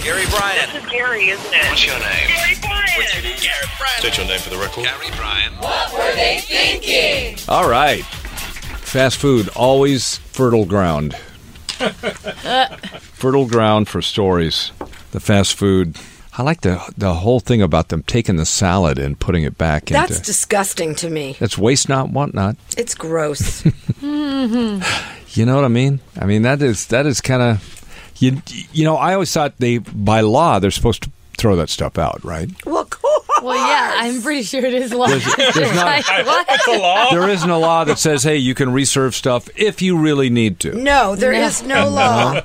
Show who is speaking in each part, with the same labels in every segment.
Speaker 1: Gary Bryan.
Speaker 2: This is Gary, isn't it?
Speaker 1: What's your name?
Speaker 2: Gary Bryan.
Speaker 1: Gary Bryan.
Speaker 3: State your name for the record.
Speaker 1: Gary Bryan.
Speaker 4: All right. Fast food, always fertile ground. fertile ground for stories. The fast food. I like the the whole thing about them taking the salad and putting it back
Speaker 5: That's
Speaker 4: into.
Speaker 5: disgusting to me.
Speaker 4: that's waste not, want not.
Speaker 5: It's gross.
Speaker 4: You know what I mean? I mean that is that is kind of you. You know, I always thought they by law they're supposed to throw that stuff out, right?
Speaker 5: well, of course.
Speaker 6: Well, yeah, I'm pretty sure it is law.
Speaker 4: there's not-
Speaker 6: Like, what?
Speaker 3: The
Speaker 5: Oh.
Speaker 3: law.
Speaker 4: There isn't a law that says, "Hey, you can reserve stuff if you really need to."
Speaker 5: No, there is no, law.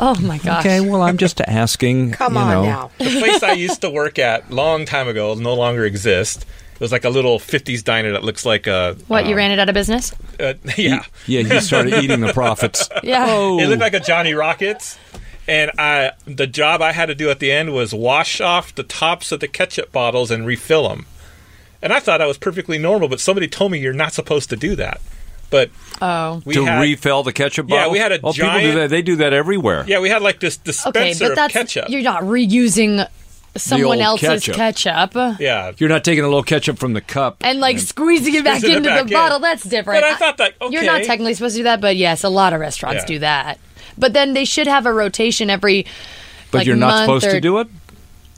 Speaker 6: Oh my gosh.
Speaker 4: Okay, well, I'm just asking.
Speaker 5: Come
Speaker 4: you
Speaker 5: on
Speaker 4: know.
Speaker 5: now.
Speaker 7: The place I used to work at long time ago no longer exists. It was like a little 50s diner that looks like a.
Speaker 6: What, you ran it out of business?
Speaker 7: Uh, yeah.
Speaker 4: Yeah, he started eating the profits.
Speaker 6: Yeah.
Speaker 4: Oh,
Speaker 7: It looked like a Johnny Rockets. And I, the job I had to do at the end was wash off the tops of the ketchup bottles and refill them. And I thought I was perfectly normal, but somebody told me you're not supposed to do that. But
Speaker 6: Oh.
Speaker 7: we
Speaker 4: to
Speaker 7: had,
Speaker 4: refill the ketchup
Speaker 7: Yeah,
Speaker 4: bottle.
Speaker 7: we had a
Speaker 4: oh, people
Speaker 7: giant-
Speaker 4: do that. They do that everywhere.
Speaker 7: yeah, we had like this dispenser
Speaker 6: Okay, but
Speaker 7: of
Speaker 6: that's
Speaker 7: ketchup.
Speaker 6: you're not reusing someone
Speaker 4: old
Speaker 6: else's
Speaker 4: ketchup.
Speaker 6: ketchup.
Speaker 7: yeah,
Speaker 4: You're not taking a little ketchup from the cup.
Speaker 6: And like squeezing it back
Speaker 7: Squeezing it
Speaker 6: into
Speaker 7: back
Speaker 6: the
Speaker 7: in.
Speaker 6: bottle, that's different.
Speaker 7: But I thought that-
Speaker 6: you're not
Speaker 7: okay.
Speaker 6: technically supposed to do that, but yes, a lot of restaurants
Speaker 7: Yeah.
Speaker 6: do that. But then they should have a rotation every.
Speaker 4: but
Speaker 6: like,
Speaker 4: you're not
Speaker 6: month
Speaker 4: supposed
Speaker 6: or,
Speaker 4: to do it.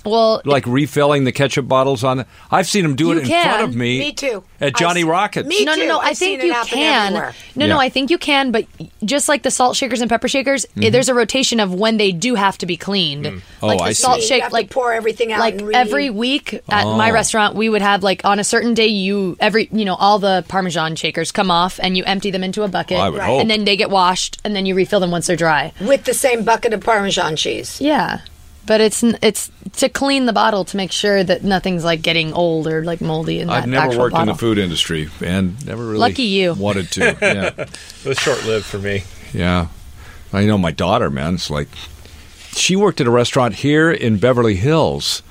Speaker 6: Well,
Speaker 4: Like refilling the ketchup bottles on. The, I've seen them do
Speaker 6: You
Speaker 4: it in front
Speaker 6: can.
Speaker 4: of me.
Speaker 5: Me too.
Speaker 4: At
Speaker 5: I
Speaker 4: Johnny
Speaker 5: s-
Speaker 4: Rockets.
Speaker 5: Me
Speaker 6: no,
Speaker 5: too.
Speaker 6: no, no. I
Speaker 5: I've seen
Speaker 6: think
Speaker 5: it
Speaker 6: you
Speaker 5: happen
Speaker 6: can.
Speaker 5: everywhere.
Speaker 6: No, no.
Speaker 4: Yeah.
Speaker 6: I think you can, but just like the salt shakers and pepper shakers, i- there's a rotation of when they do have to be cleaned. like
Speaker 4: Mm-hmm. Oh,
Speaker 6: the
Speaker 4: I see. Oh.
Speaker 6: salt
Speaker 4: You
Speaker 5: You
Speaker 6: shake,
Speaker 5: have to
Speaker 6: like
Speaker 5: pour everything out.
Speaker 6: like
Speaker 5: and re-
Speaker 6: every week at my restaurant we would have like on a certain day you every you know all the parmesan shakers come off and you empty them into a bucket
Speaker 4: Well, I would Right. hope.
Speaker 6: and then they get washed and then you refill them once they're dry
Speaker 5: with the same bucket of Parmesan cheese.
Speaker 6: yeah but it's n- it's to clean the bottle to make sure that nothing's like getting old or like moldy in that
Speaker 4: I've never
Speaker 6: actual
Speaker 4: worked in
Speaker 6: bottle.
Speaker 4: the food industry and never really
Speaker 6: Lucky you.
Speaker 4: wanted to. Yeah,
Speaker 7: it was short lived for me.
Speaker 4: yeah. I know my daughter, man. It's like she worked at a restaurant here in Beverly Hills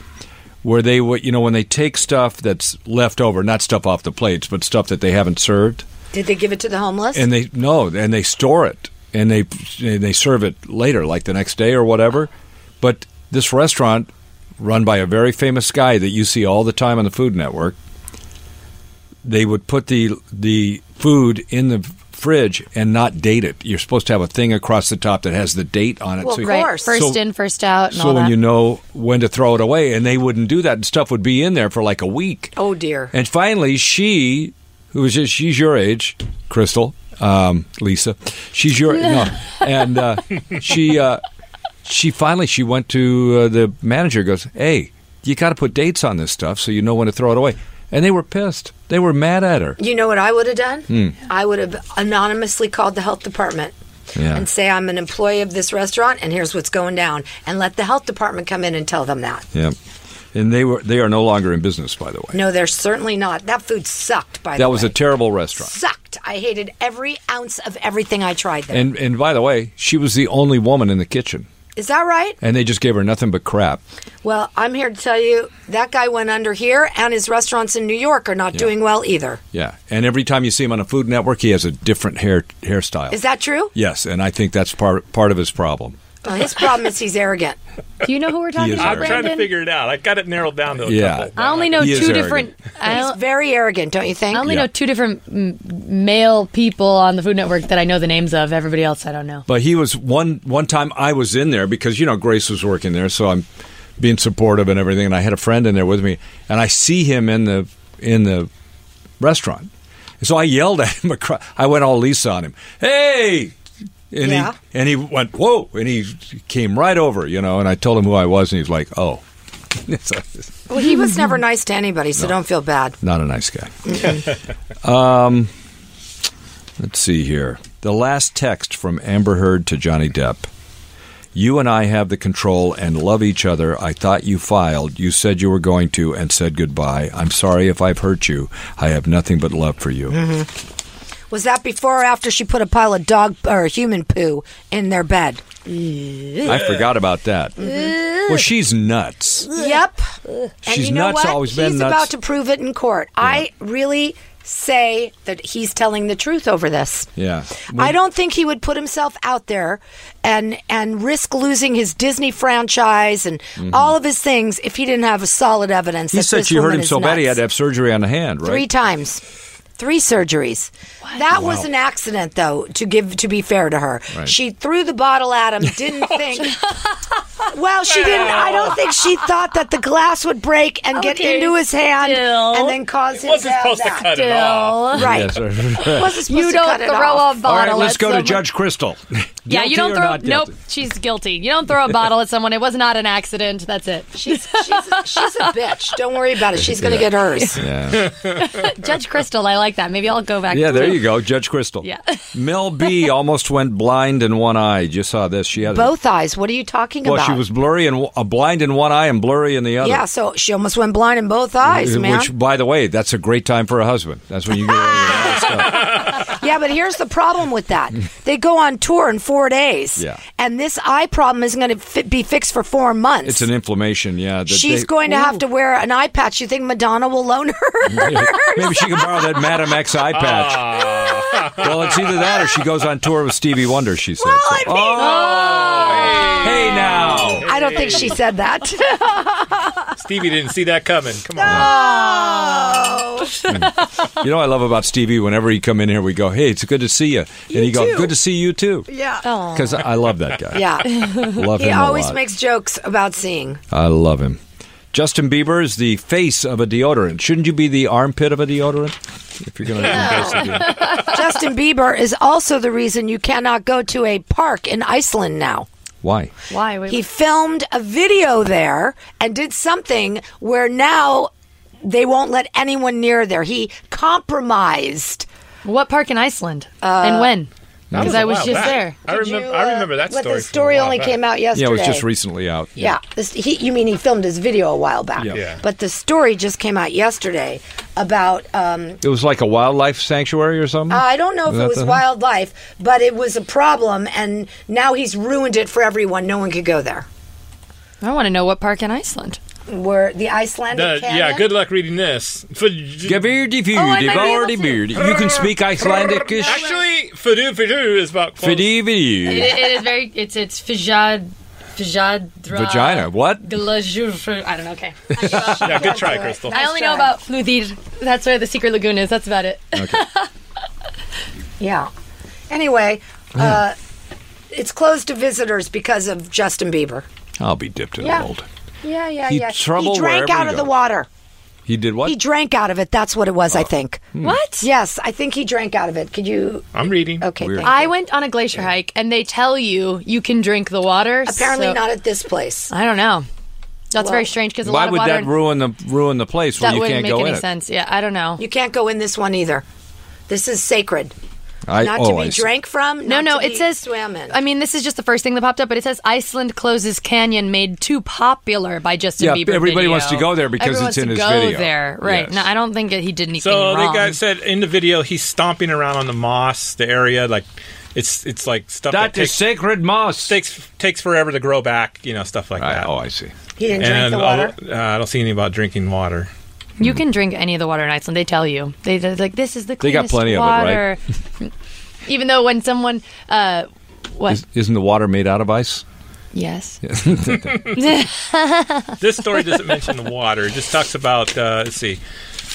Speaker 4: where they would, you know, when they take stuff that's left over, not stuff off the plates, but stuff that they haven't served,
Speaker 5: Did they give it to the homeless?
Speaker 4: and they no, and they store it, and they and they serve it later, like the next day or whatever. But this restaurant, run by a very famous guy that you see all the time on the Food Network, they would put the the food in the fridge and not date it. You're supposed to have a thing across the top that has the date on it.
Speaker 5: Well,
Speaker 4: you-
Speaker 5: of
Speaker 6: right
Speaker 5: course.
Speaker 6: first
Speaker 4: So-
Speaker 6: in first out and
Speaker 4: so
Speaker 6: all
Speaker 4: when
Speaker 6: that
Speaker 4: you know when to throw it away, and they wouldn't do that, and stuff would be in there for like a week.
Speaker 5: oh dear.
Speaker 4: And finally, she, who was just, she's your age, Crystal, um, Lisa, she's your no, and uh, she, uh, she finally she went to uh, the manager. Goes, hey, you got to put dates on this stuff so you know when to throw it away. And they were pissed. They were mad at her.
Speaker 5: You know what I would have done?
Speaker 4: Hmm.
Speaker 5: I would have anonymously called the health department
Speaker 4: Yeah.
Speaker 5: and say I'm an employee of this restaurant and here's what's going down and let the health department come in and tell them that.
Speaker 4: Yeah. And they were they are no longer in business, by the way.
Speaker 5: No, they're certainly not. That food sucked by the
Speaker 4: That was
Speaker 5: way.
Speaker 4: a terrible restaurant.
Speaker 5: sucked. I hated every ounce of everything I tried there. Is
Speaker 4: And and by the way, she was the only woman in the kitchen,
Speaker 5: that right?
Speaker 4: and they just gave her nothing but crap.
Speaker 5: Well, I'm here to tell you that guy went under here and his restaurants in New York are not doing well either.
Speaker 4: Yeah. And every time you see him on a Food Network, he has a different hair hairstyle.
Speaker 5: Is that true?
Speaker 4: Yes, and I think that's part part of his problem.
Speaker 5: Well, his problem is he's arrogant.
Speaker 6: do you know who we're talking
Speaker 4: is
Speaker 6: about
Speaker 7: I'm
Speaker 4: irate.
Speaker 7: trying to
Speaker 6: Brandon?
Speaker 7: figure it out. I got it narrowed down to a
Speaker 4: Yeah.
Speaker 7: couple.
Speaker 6: I only know
Speaker 4: He is
Speaker 6: two different
Speaker 4: arrogant.
Speaker 6: I
Speaker 5: He's very arrogant, don't you think?
Speaker 6: I only
Speaker 4: Yeah.
Speaker 6: know two different m- male people on the Food Network that I know the names of. Everybody else, I don't know.
Speaker 4: But he was one one time I was in there because you know Grace was working there, so I'm being supportive and everything. And I had a friend in there with me, and I see him in the in the restaurant. So I yelled at him. Across, I went all Lisa on him. Hey. And
Speaker 5: Yeah.
Speaker 4: he and he went whoa, and he came right over, you know. And I told him who I was, and he's like, "Oh,
Speaker 5: Well, he was never nice to anybody, so don't feel bad.
Speaker 4: not a nice guy." um, let's see here. The last text from Amber Heard to Johnny Depp. You and I have the control and love each other. I thought you filed. You said you were going to and said goodbye. I'm sorry if I've hurt you. I have nothing but love for you.
Speaker 5: Was that before or after she put a pile of dog or human poo in their bed?
Speaker 4: I forgot about that. Well, she's nuts.
Speaker 5: Yep. And
Speaker 4: She's
Speaker 5: you know
Speaker 4: nuts,
Speaker 5: what?
Speaker 4: always been
Speaker 5: He's
Speaker 4: nuts.
Speaker 5: about to prove it in court. I really say that he's telling the truth over this.
Speaker 4: Yeah.
Speaker 5: I don't think he would put himself out there and and risk losing his Disney franchise and all of his things if he didn't have a solid evidence.
Speaker 4: Mm-hmm. He
Speaker 5: that
Speaker 4: said
Speaker 5: this
Speaker 4: she hurt
Speaker 5: woman
Speaker 4: him
Speaker 5: is
Speaker 4: so bad he
Speaker 5: nuts.
Speaker 4: had to have surgery on the hand, right?
Speaker 5: three times three surgeries that was an accident though to give to be fair to her
Speaker 4: Right.
Speaker 5: she threw the bottle at him didn't think well she didn't i don't think she thought that the glass would break and get
Speaker 6: Okay,
Speaker 5: into his hand
Speaker 6: still.
Speaker 5: and then cause him to
Speaker 7: Wasn't
Speaker 5: have
Speaker 7: supposed to
Speaker 5: that.
Speaker 7: cut it off.
Speaker 5: right
Speaker 4: Yes, sir.
Speaker 5: wasn't supposed
Speaker 6: You
Speaker 5: to
Speaker 6: don't
Speaker 5: cut it
Speaker 6: throw
Speaker 5: off.
Speaker 6: a bottle.
Speaker 4: All right, let's
Speaker 6: at
Speaker 4: go to
Speaker 6: someone.
Speaker 4: Judge Crystal.
Speaker 6: Yeah,
Speaker 4: Guilty
Speaker 6: you don't
Speaker 4: or
Speaker 6: throw.
Speaker 4: not guilty?
Speaker 6: Nope, she's guilty. You don't throw a bottle at someone. It was not an accident. That's it.
Speaker 5: she's, she's, she's a bitch don't worry about it she's gonna get hers
Speaker 4: Yeah.
Speaker 6: Judge Crystal, I like that. Maybe I'll go back.
Speaker 4: yeah, there you go, Judge Crystal.
Speaker 6: Yeah.
Speaker 4: Mel B almost went blind in one eye. Just saw this. She had
Speaker 5: both eyes what are you talking
Speaker 4: Well,
Speaker 5: about
Speaker 4: she was blurry and uh, blind in one eye and blurry in the other.
Speaker 5: yeah so she almost went blind in both eyes man
Speaker 4: Which, by the way, that's a great time for a husband. That's when you get all your bad stuff.
Speaker 5: Yeah, but here's the problem with that. They go on tour in four days.
Speaker 4: Yeah.
Speaker 5: And this eye problem isn't going to fi- be fixed for four months.
Speaker 4: It's an inflammation. Yeah, that
Speaker 5: She's
Speaker 4: they-
Speaker 5: going to have to wear an eye patch. You think Madonna will loan her?
Speaker 4: Maybe she can borrow that Madam X eye
Speaker 7: Ah.
Speaker 4: patch. well, it's either that or she goes on tour with Stevie Wonder. She said.
Speaker 5: I
Speaker 4: So- oh, hey now.
Speaker 5: I don't think she said that.
Speaker 7: Stevie didn't see that coming. Come on.
Speaker 5: oh.
Speaker 4: You know what I love about Stevie? Whenever he come in here, we go, "Hey, it's good to see you," and he
Speaker 5: too.
Speaker 4: go, "Good to see you too,"
Speaker 5: Yeah.
Speaker 4: because I love that guy.
Speaker 5: Yeah.
Speaker 4: love
Speaker 5: He
Speaker 4: him. a
Speaker 5: always
Speaker 4: lot.
Speaker 5: makes jokes about seeing.
Speaker 4: I love him. Justin Bieber is the face of a deodorant. Shouldn't you be the armpit of a deodorant? If you're going to
Speaker 5: Justin Bieber is also the reason you cannot go to a park in Iceland now.
Speaker 4: why?
Speaker 6: Why? Wait,
Speaker 5: He filmed a video there and did something where now they won't let anyone near there. He compromised.
Speaker 6: what park in Iceland? and when? Because I was
Speaker 7: Wow,
Speaker 6: just
Speaker 7: that-
Speaker 6: there.
Speaker 7: I remember. I remember that
Speaker 5: But
Speaker 7: story.
Speaker 5: uh, the story only came out yesterday.
Speaker 4: Yeah, it was just recently out.
Speaker 5: Yeah, this, he, you mean he filmed his video a while back?
Speaker 4: Yeah.
Speaker 7: Yeah.
Speaker 5: But the story just came out yesterday about um,
Speaker 4: It was like a wildlife sanctuary or
Speaker 6: Uh,
Speaker 4: something.
Speaker 5: Uh, I don't know if
Speaker 4: Is
Speaker 5: it
Speaker 4: that
Speaker 5: was
Speaker 4: the-
Speaker 5: wildlife, but it was a problem, and now he's ruined it for everyone. No one could go there.
Speaker 6: I want to know what park in Iceland.
Speaker 5: Were the Icelandic?
Speaker 7: No, yeah.
Speaker 5: canon?
Speaker 7: Good luck reading this. Fud-
Speaker 4: Gavirdi
Speaker 6: Oh, I might be
Speaker 4: Fudi,
Speaker 6: able
Speaker 4: Vardi
Speaker 6: to.
Speaker 4: Beardi. You can speak Icelandicish.
Speaker 7: Actually, Fadoo Fadoo is about close.
Speaker 4: Fidi
Speaker 6: It,
Speaker 4: Vidi.
Speaker 6: it is very. It's it's Fijad. Fijadra.
Speaker 4: Vagina. What?
Speaker 6: Glajur. I don't know. Okay.
Speaker 7: Yeah, good try, Crystal.
Speaker 6: I only know
Speaker 5: try.
Speaker 6: about Fludir. That's where the secret lagoon is. That's about it.
Speaker 5: Yeah. Anyway, uh, it's closed to visitors because of Justin Bieber.
Speaker 4: I'll be dipped in
Speaker 5: Yeah.
Speaker 4: old.
Speaker 5: Yeah, yeah,
Speaker 4: He
Speaker 5: yeah.
Speaker 4: trouble
Speaker 5: he drank
Speaker 4: wherever
Speaker 5: out
Speaker 4: he
Speaker 5: of the
Speaker 4: goes.
Speaker 5: water.
Speaker 4: He did what? Oh.
Speaker 5: He drank out of it. That's what it was, I think.
Speaker 6: What?
Speaker 5: Yes, I think he drank out of it. Could you?
Speaker 7: I'm reading.
Speaker 5: Okay.
Speaker 4: Weird.
Speaker 5: Thank
Speaker 6: I
Speaker 5: you.
Speaker 6: went on a glacier hike, and they tell you you can drink the water.
Speaker 5: Apparently
Speaker 6: so-
Speaker 5: not at this place.
Speaker 6: I don't know. That's
Speaker 5: Well-
Speaker 6: very strange because a
Speaker 4: Why
Speaker 6: lot of
Speaker 4: would
Speaker 6: water.
Speaker 4: that ruin the ruin the place
Speaker 6: that
Speaker 4: when you
Speaker 6: wouldn't
Speaker 4: can't
Speaker 6: make
Speaker 4: go
Speaker 6: any
Speaker 4: in
Speaker 6: sense. Yeah, I don't know.
Speaker 5: You can't go in this one either. This is sacred.
Speaker 4: it? I,
Speaker 5: Not
Speaker 4: oh,
Speaker 5: to be
Speaker 4: I see.
Speaker 5: drank from.
Speaker 6: No,
Speaker 5: not
Speaker 6: no,
Speaker 5: to
Speaker 6: it
Speaker 5: be
Speaker 6: says.
Speaker 5: swam in.
Speaker 6: I mean, this is just the first thing that popped up, but it says Iceland closes canyon made too popular by Justin
Speaker 4: Yeah,
Speaker 6: Bieber.
Speaker 4: everybody
Speaker 6: video.
Speaker 4: wants to go there because
Speaker 6: Everyone
Speaker 4: it's
Speaker 6: wants
Speaker 4: in
Speaker 6: to
Speaker 4: his
Speaker 6: go
Speaker 4: video.
Speaker 6: There, right?
Speaker 4: Yes.
Speaker 6: No, I don't think that he did anything
Speaker 7: So the
Speaker 6: wrong.
Speaker 7: guy said in the video he's stomping around on the moss, the area like it's it's like stuff that,
Speaker 4: That is
Speaker 7: takes,
Speaker 4: sacred moss.
Speaker 7: takes takes forever to grow back, you know, stuff like
Speaker 4: I,
Speaker 7: that.
Speaker 4: oh, I see.
Speaker 5: he didn't drink
Speaker 7: and
Speaker 5: the
Speaker 7: uh,
Speaker 5: water.
Speaker 7: uh, I don't see anything about drinking water.
Speaker 6: you can drink any of the water in Iceland. They tell you. They they're like this is the
Speaker 4: They got
Speaker 6: cleanest
Speaker 4: plenty of it,
Speaker 6: water.
Speaker 4: right?
Speaker 6: Even though when someone, uh, what?
Speaker 4: Is, isn't the water made out of ice?
Speaker 6: yes.
Speaker 7: This story doesn't mention the water. It just talks about uh, let's see.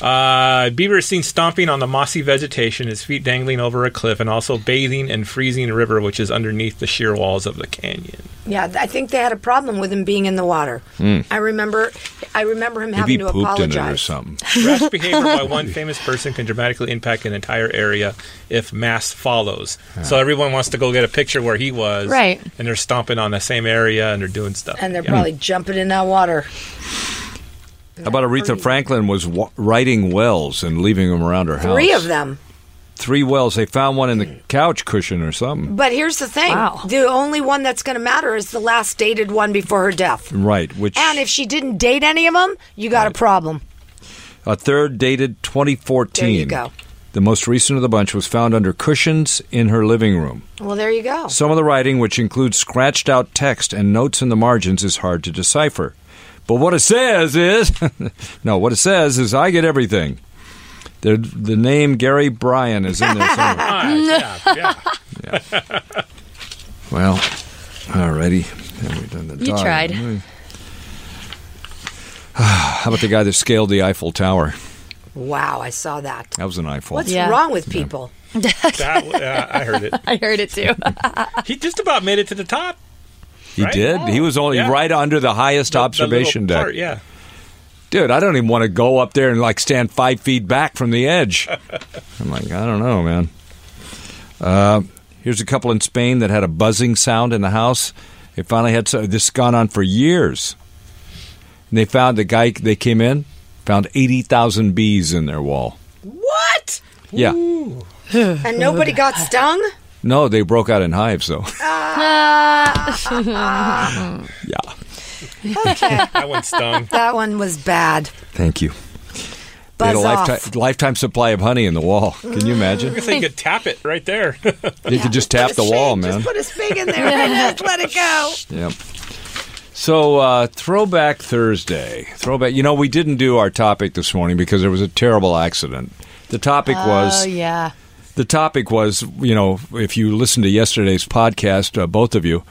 Speaker 7: Uh, Bieber is seen stomping on the mossy vegetation, his feet dangling over a cliff, and also bathing and freezing a river which is underneath the sheer walls of the canyon.
Speaker 5: Yeah, th- I think they had a problem with him being in the water. I remember, I remember him
Speaker 4: Hmm. Maybe
Speaker 5: having to
Speaker 4: pooped in it or
Speaker 5: apologize.
Speaker 4: something.
Speaker 7: Rash behavior by one famous person can dramatically impact an entire area if mass follows. So everyone wants to go get a picture where he was,
Speaker 6: Right.
Speaker 7: And they're stomping on the same area and they're doing stuff.
Speaker 5: and they're
Speaker 7: Yeah.
Speaker 5: probably jumping in that water.
Speaker 4: How about Aretha Franklin was wa- writing wells and leaving them around her house?
Speaker 5: Three of them.
Speaker 4: Three wells. They found one in the couch cushion or something.
Speaker 5: But here's the thing:
Speaker 6: Wow.
Speaker 5: the only one that's going to matter is the last dated one before her death.
Speaker 4: Right, which
Speaker 5: And if she didn't date any of them, you got a problem.
Speaker 4: a third dated 2014.
Speaker 5: There you go.
Speaker 4: The most recent of the bunch was found under cushions in her living room.
Speaker 5: Well, there you go.
Speaker 4: Some of the writing, which includes scratched out text and notes in the margins, is hard to decipher. But what it says is no, what it says is I get everything. The, the name Gary Bryan is in there somewhere.
Speaker 7: Ah, yeah, yeah.
Speaker 4: Well, alrighty. Have we done the
Speaker 6: You
Speaker 4: dog?
Speaker 6: tried.
Speaker 4: How about the guy that scaled the Eiffel Tower?
Speaker 5: Wow, I saw that.
Speaker 4: That was an Eiffel.
Speaker 5: What's
Speaker 6: Yeah.
Speaker 5: wrong with people?
Speaker 7: That, yeah, I heard it.
Speaker 6: I heard it too.
Speaker 7: He just about made it to the top.
Speaker 4: he
Speaker 7: right?
Speaker 4: did. He was only
Speaker 7: Yeah.
Speaker 4: right under the highest observation
Speaker 7: the
Speaker 4: deck.
Speaker 7: little part, Yeah.
Speaker 4: Dude, I don't even want to go up there and like stand five feet back from the edge. I'm like, I don't know, man. Uh, here's a couple in Spain that had a buzzing sound in the house. They finally had so this has gone on for years. And they found the guy they came in found eighty thousand bees in their wall.
Speaker 5: What?
Speaker 4: Yeah.
Speaker 5: And nobody got stung?
Speaker 4: No, they broke out in hives though.
Speaker 5: Ah.
Speaker 4: yeah.
Speaker 5: Okay.
Speaker 7: That one stung.
Speaker 5: that one was bad.
Speaker 4: Thank you. They
Speaker 5: Buzz
Speaker 4: had a
Speaker 5: off.
Speaker 4: lifetime, lifetime supply of honey in the wall. Can you imagine?
Speaker 7: I think you could tap it right there.
Speaker 4: You could just tap the
Speaker 5: Just
Speaker 4: wall,
Speaker 5: shake-
Speaker 4: man.
Speaker 5: Just put a spig in there and just let it go.
Speaker 4: Yep. So, uh, Throwback Thursday. Throwback. You know, we didn't do our topic this morning because there was a terrible accident. The topic
Speaker 6: Oh
Speaker 4: was
Speaker 6: yeah.
Speaker 4: the topic was you know if you listen to yesterday's podcast, uh, both of you.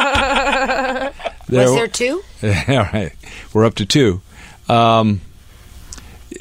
Speaker 4: Uh,
Speaker 5: Was there two?
Speaker 4: All right, we're up to two. Um,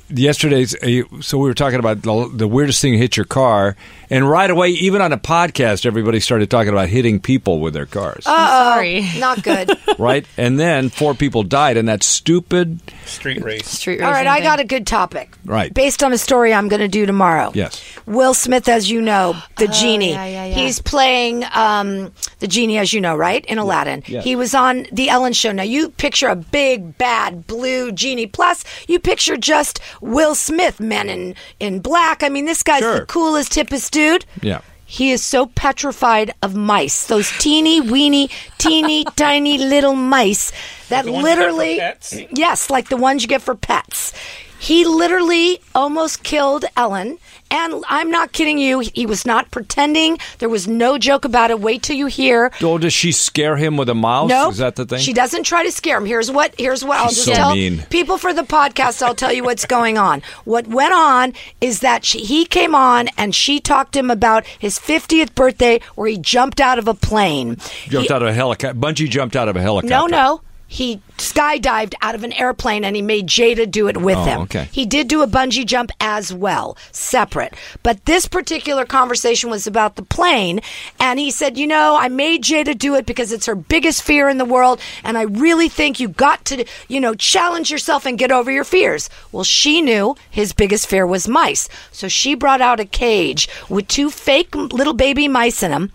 Speaker 4: yesterday's, uh, so we were talking about the, the weirdest thing that hit your car, and right away, even on a podcast, everybody started talking about hitting people with their cars,
Speaker 5: Oh.
Speaker 6: Sorry.
Speaker 5: Not good.
Speaker 4: right? And then four people died in that stupid.
Speaker 7: Street race.
Speaker 6: Street
Speaker 5: All right,
Speaker 6: racing
Speaker 5: I
Speaker 6: thing.
Speaker 5: got a good topic.
Speaker 4: Right.
Speaker 5: Based on a story I'm going to do tomorrow.
Speaker 4: Yes.
Speaker 5: Will Smith, as you know, the genie.
Speaker 6: Oh, yeah, yeah, yeah.
Speaker 5: He's playing um, the genie, as you know, right? In Aladdin.
Speaker 4: Yes.
Speaker 5: He was on The Ellen Show. Now, you picture a big, bad, blue genie. Plus, you picture just Will Smith, men in, in black. I mean, this guy's
Speaker 4: Sure.
Speaker 5: the coolest, hippest dude.
Speaker 4: Yeah.
Speaker 5: He is so petrified of mice, those teeny, weeny, teeny, tiny little mice that
Speaker 7: The ones you get for
Speaker 5: literally.
Speaker 7: pets?
Speaker 5: Yes, like the ones you get for pets. He literally almost killed Ellen. And I'm not kidding you. He was not pretending. There was no joke about it. Wait till you hear.
Speaker 4: Oh, does she scare him with a mouse?
Speaker 5: No,
Speaker 4: Is that the thing?
Speaker 5: She doesn't try to scare him. Here's what. Here's what. I'll
Speaker 4: She's
Speaker 5: just
Speaker 4: so
Speaker 5: tell
Speaker 4: mean.
Speaker 5: people for the podcast. I'll tell you what's going on. What went on is that she, he came on and she talked to him about his 50th birthday, where he jumped out of a plane.
Speaker 4: jumped
Speaker 5: He-
Speaker 4: out of a helicopter. Bungee jumped out of a helicopter.
Speaker 5: no, no. He skydived out of an airplane and he made Jada do it with
Speaker 4: Oh,
Speaker 5: him.
Speaker 4: okay.
Speaker 5: He did do a bungee jump as well, separate. But this particular conversation was about the plane. And he said, You know, I made Jada do it because it's her biggest fear in the world. And I really think you got to, you know, challenge yourself and get over your fears. Well, she knew his biggest fear was mice. So she brought out a cage with two fake little baby mice in them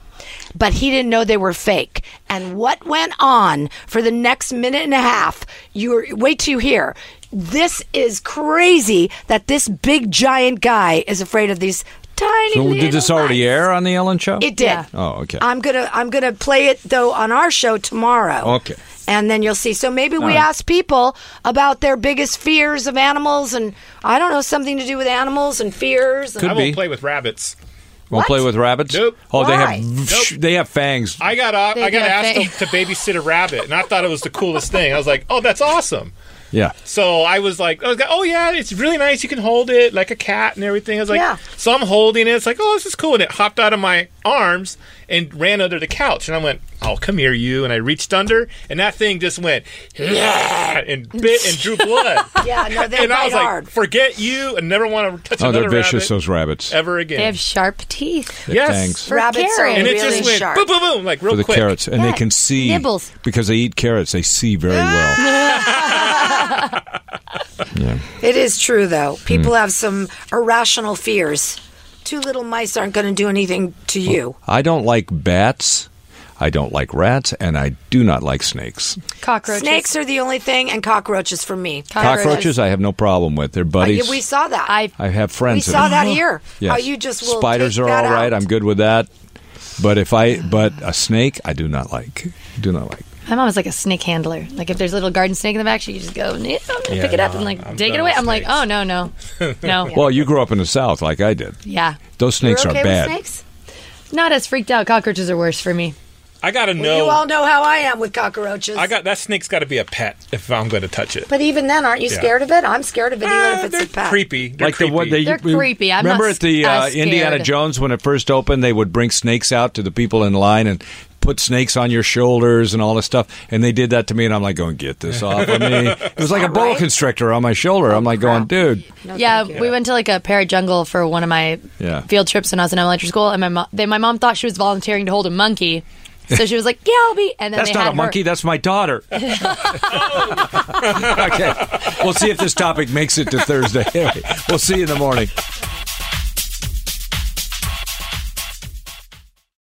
Speaker 5: but he didn't know they were fake. And what went on for the next minute and a half? You wait till you hear. This is crazy that this big giant guy is afraid of these tiny.
Speaker 4: So
Speaker 5: little
Speaker 4: did this already
Speaker 5: mice.
Speaker 4: air on the Ellen Show?
Speaker 5: It did.
Speaker 6: Yeah.
Speaker 4: Oh, okay.
Speaker 5: I'm gonna I'm gonna play it though on our show tomorrow.
Speaker 4: Okay.
Speaker 5: And then you'll see. So maybe we
Speaker 4: right.
Speaker 5: ask people about their biggest fears of animals, and I don't know something to do with animals and fears.
Speaker 4: Could
Speaker 7: I
Speaker 5: and,
Speaker 4: be.
Speaker 7: won't play with rabbits.
Speaker 4: Won't
Speaker 5: What?
Speaker 4: play with rabbits.
Speaker 7: Nope.
Speaker 4: Oh, they
Speaker 5: Why?
Speaker 4: have they have fangs.
Speaker 7: I got off,
Speaker 6: They
Speaker 7: I got
Speaker 6: got
Speaker 7: asked
Speaker 6: fa-
Speaker 7: to, to babysit a rabbit, and I thought it was the coolest thing. I was like, "Oh, that's awesome!"
Speaker 4: Yeah.
Speaker 7: So I was like, I was like, "Oh yeah, it's really nice. You can hold it like a cat and everything." I was like,
Speaker 5: Yeah.
Speaker 7: "So I'm holding it. It's like, oh, this is cool." And it hopped out of my arms and ran under the couch, and I went, "Oh, come here, you!" And I reached under, and that thing just went "Yeah," and bit and drew blood.
Speaker 5: yeah, no, they
Speaker 7: and I
Speaker 5: bite
Speaker 7: was like,
Speaker 5: hard.
Speaker 7: "Forget you, and never want to touch
Speaker 4: Oh,
Speaker 7: another
Speaker 4: they're vicious.
Speaker 7: rabbit
Speaker 4: Those rabbits.
Speaker 7: ever again."
Speaker 6: They have sharp teeth.
Speaker 4: Their
Speaker 7: Yes.
Speaker 4: fangs.
Speaker 6: For
Speaker 5: Rabbits are
Speaker 6: carrots.
Speaker 7: and it
Speaker 5: really
Speaker 7: just went
Speaker 5: sharp.
Speaker 7: boom, boom, boom, like real
Speaker 4: for the
Speaker 7: quick.
Speaker 4: carrots, and
Speaker 6: Yeah.
Speaker 4: they can see
Speaker 6: Nibbles.
Speaker 4: because they eat carrots. They see very
Speaker 5: Ah.
Speaker 4: well.
Speaker 5: It is true, though. People
Speaker 4: Hmm.
Speaker 5: have some irrational fears. Two little mice aren't going to do anything to you.
Speaker 4: I don't like bats. I don't like rats, and I do not like snakes.
Speaker 6: Cockroaches.
Speaker 5: Snakes are the only thing, and cockroaches for me.
Speaker 6: Cockroaches.
Speaker 4: Cockroaches, I have no problem with. They're
Speaker 5: Uh, yeah,
Speaker 4: buddies.
Speaker 5: we saw that.
Speaker 6: I
Speaker 4: I have
Speaker 5: we
Speaker 4: friends. that
Speaker 5: saw
Speaker 4: are-
Speaker 5: that here.
Speaker 4: Yes.
Speaker 5: How you just will
Speaker 4: spiders
Speaker 5: take
Speaker 4: are
Speaker 5: that
Speaker 4: all right.
Speaker 5: out.
Speaker 4: I'm good with that. But if I but a snake, I do not like. Do not like.
Speaker 6: My mom was like a snake handler. Like if there's a little garden snake in the back, she could just go "Nope," and
Speaker 7: Yeah,
Speaker 6: pick it up
Speaker 7: no,
Speaker 6: and like
Speaker 7: I'm
Speaker 6: take it
Speaker 7: done
Speaker 6: away.
Speaker 7: with
Speaker 6: I'm like,
Speaker 7: snakes.
Speaker 6: oh no, no, no.
Speaker 4: Well, you grew up in the South, like I did.
Speaker 6: yeah,
Speaker 4: Those
Speaker 5: You're
Speaker 4: snakes
Speaker 5: okay
Speaker 4: are
Speaker 5: with
Speaker 4: bad.
Speaker 5: snakes?
Speaker 6: not as freaked out. Cockroaches are worse for me.
Speaker 7: I got to
Speaker 5: You
Speaker 7: know.
Speaker 5: all know how I am with cockroaches.
Speaker 7: I got that snake's got to be a pet if I'm going to touch it.
Speaker 5: but even then, aren't you
Speaker 7: Yeah.
Speaker 5: scared of it? I'm scared of it even
Speaker 7: Ah,
Speaker 5: if it's
Speaker 7: they're
Speaker 5: a pet.
Speaker 7: creepy. They're
Speaker 4: like
Speaker 7: creepy.
Speaker 4: the one they
Speaker 6: They're
Speaker 4: you-
Speaker 6: creepy. I'm
Speaker 4: remember
Speaker 6: not
Speaker 4: at the uh,
Speaker 6: s- uh,
Speaker 4: Indiana
Speaker 6: scared.
Speaker 4: Jones when it first opened, they would bring snakes out to the people in line and put snakes on your shoulders and all this stuff. And they did that to me, and I'm like, going, get this off of me. It was like a boa
Speaker 5: right?
Speaker 4: constrictor on my shoulder. I'm like, going, dude.
Speaker 6: yeah, we went to like a parrot jungle for one of my
Speaker 4: Yeah.
Speaker 6: field trips when I was in elementary school, and my mom, they, my mom thought she was volunteering to hold a monkey, so she was like, "Yeah, I'll be." And then
Speaker 4: That's
Speaker 6: they
Speaker 4: not
Speaker 6: had
Speaker 4: a monkey.
Speaker 6: Her,
Speaker 4: That's my daughter. okay. We'll see if this topic makes it to Thursday. Anyway, we'll see you in the morning.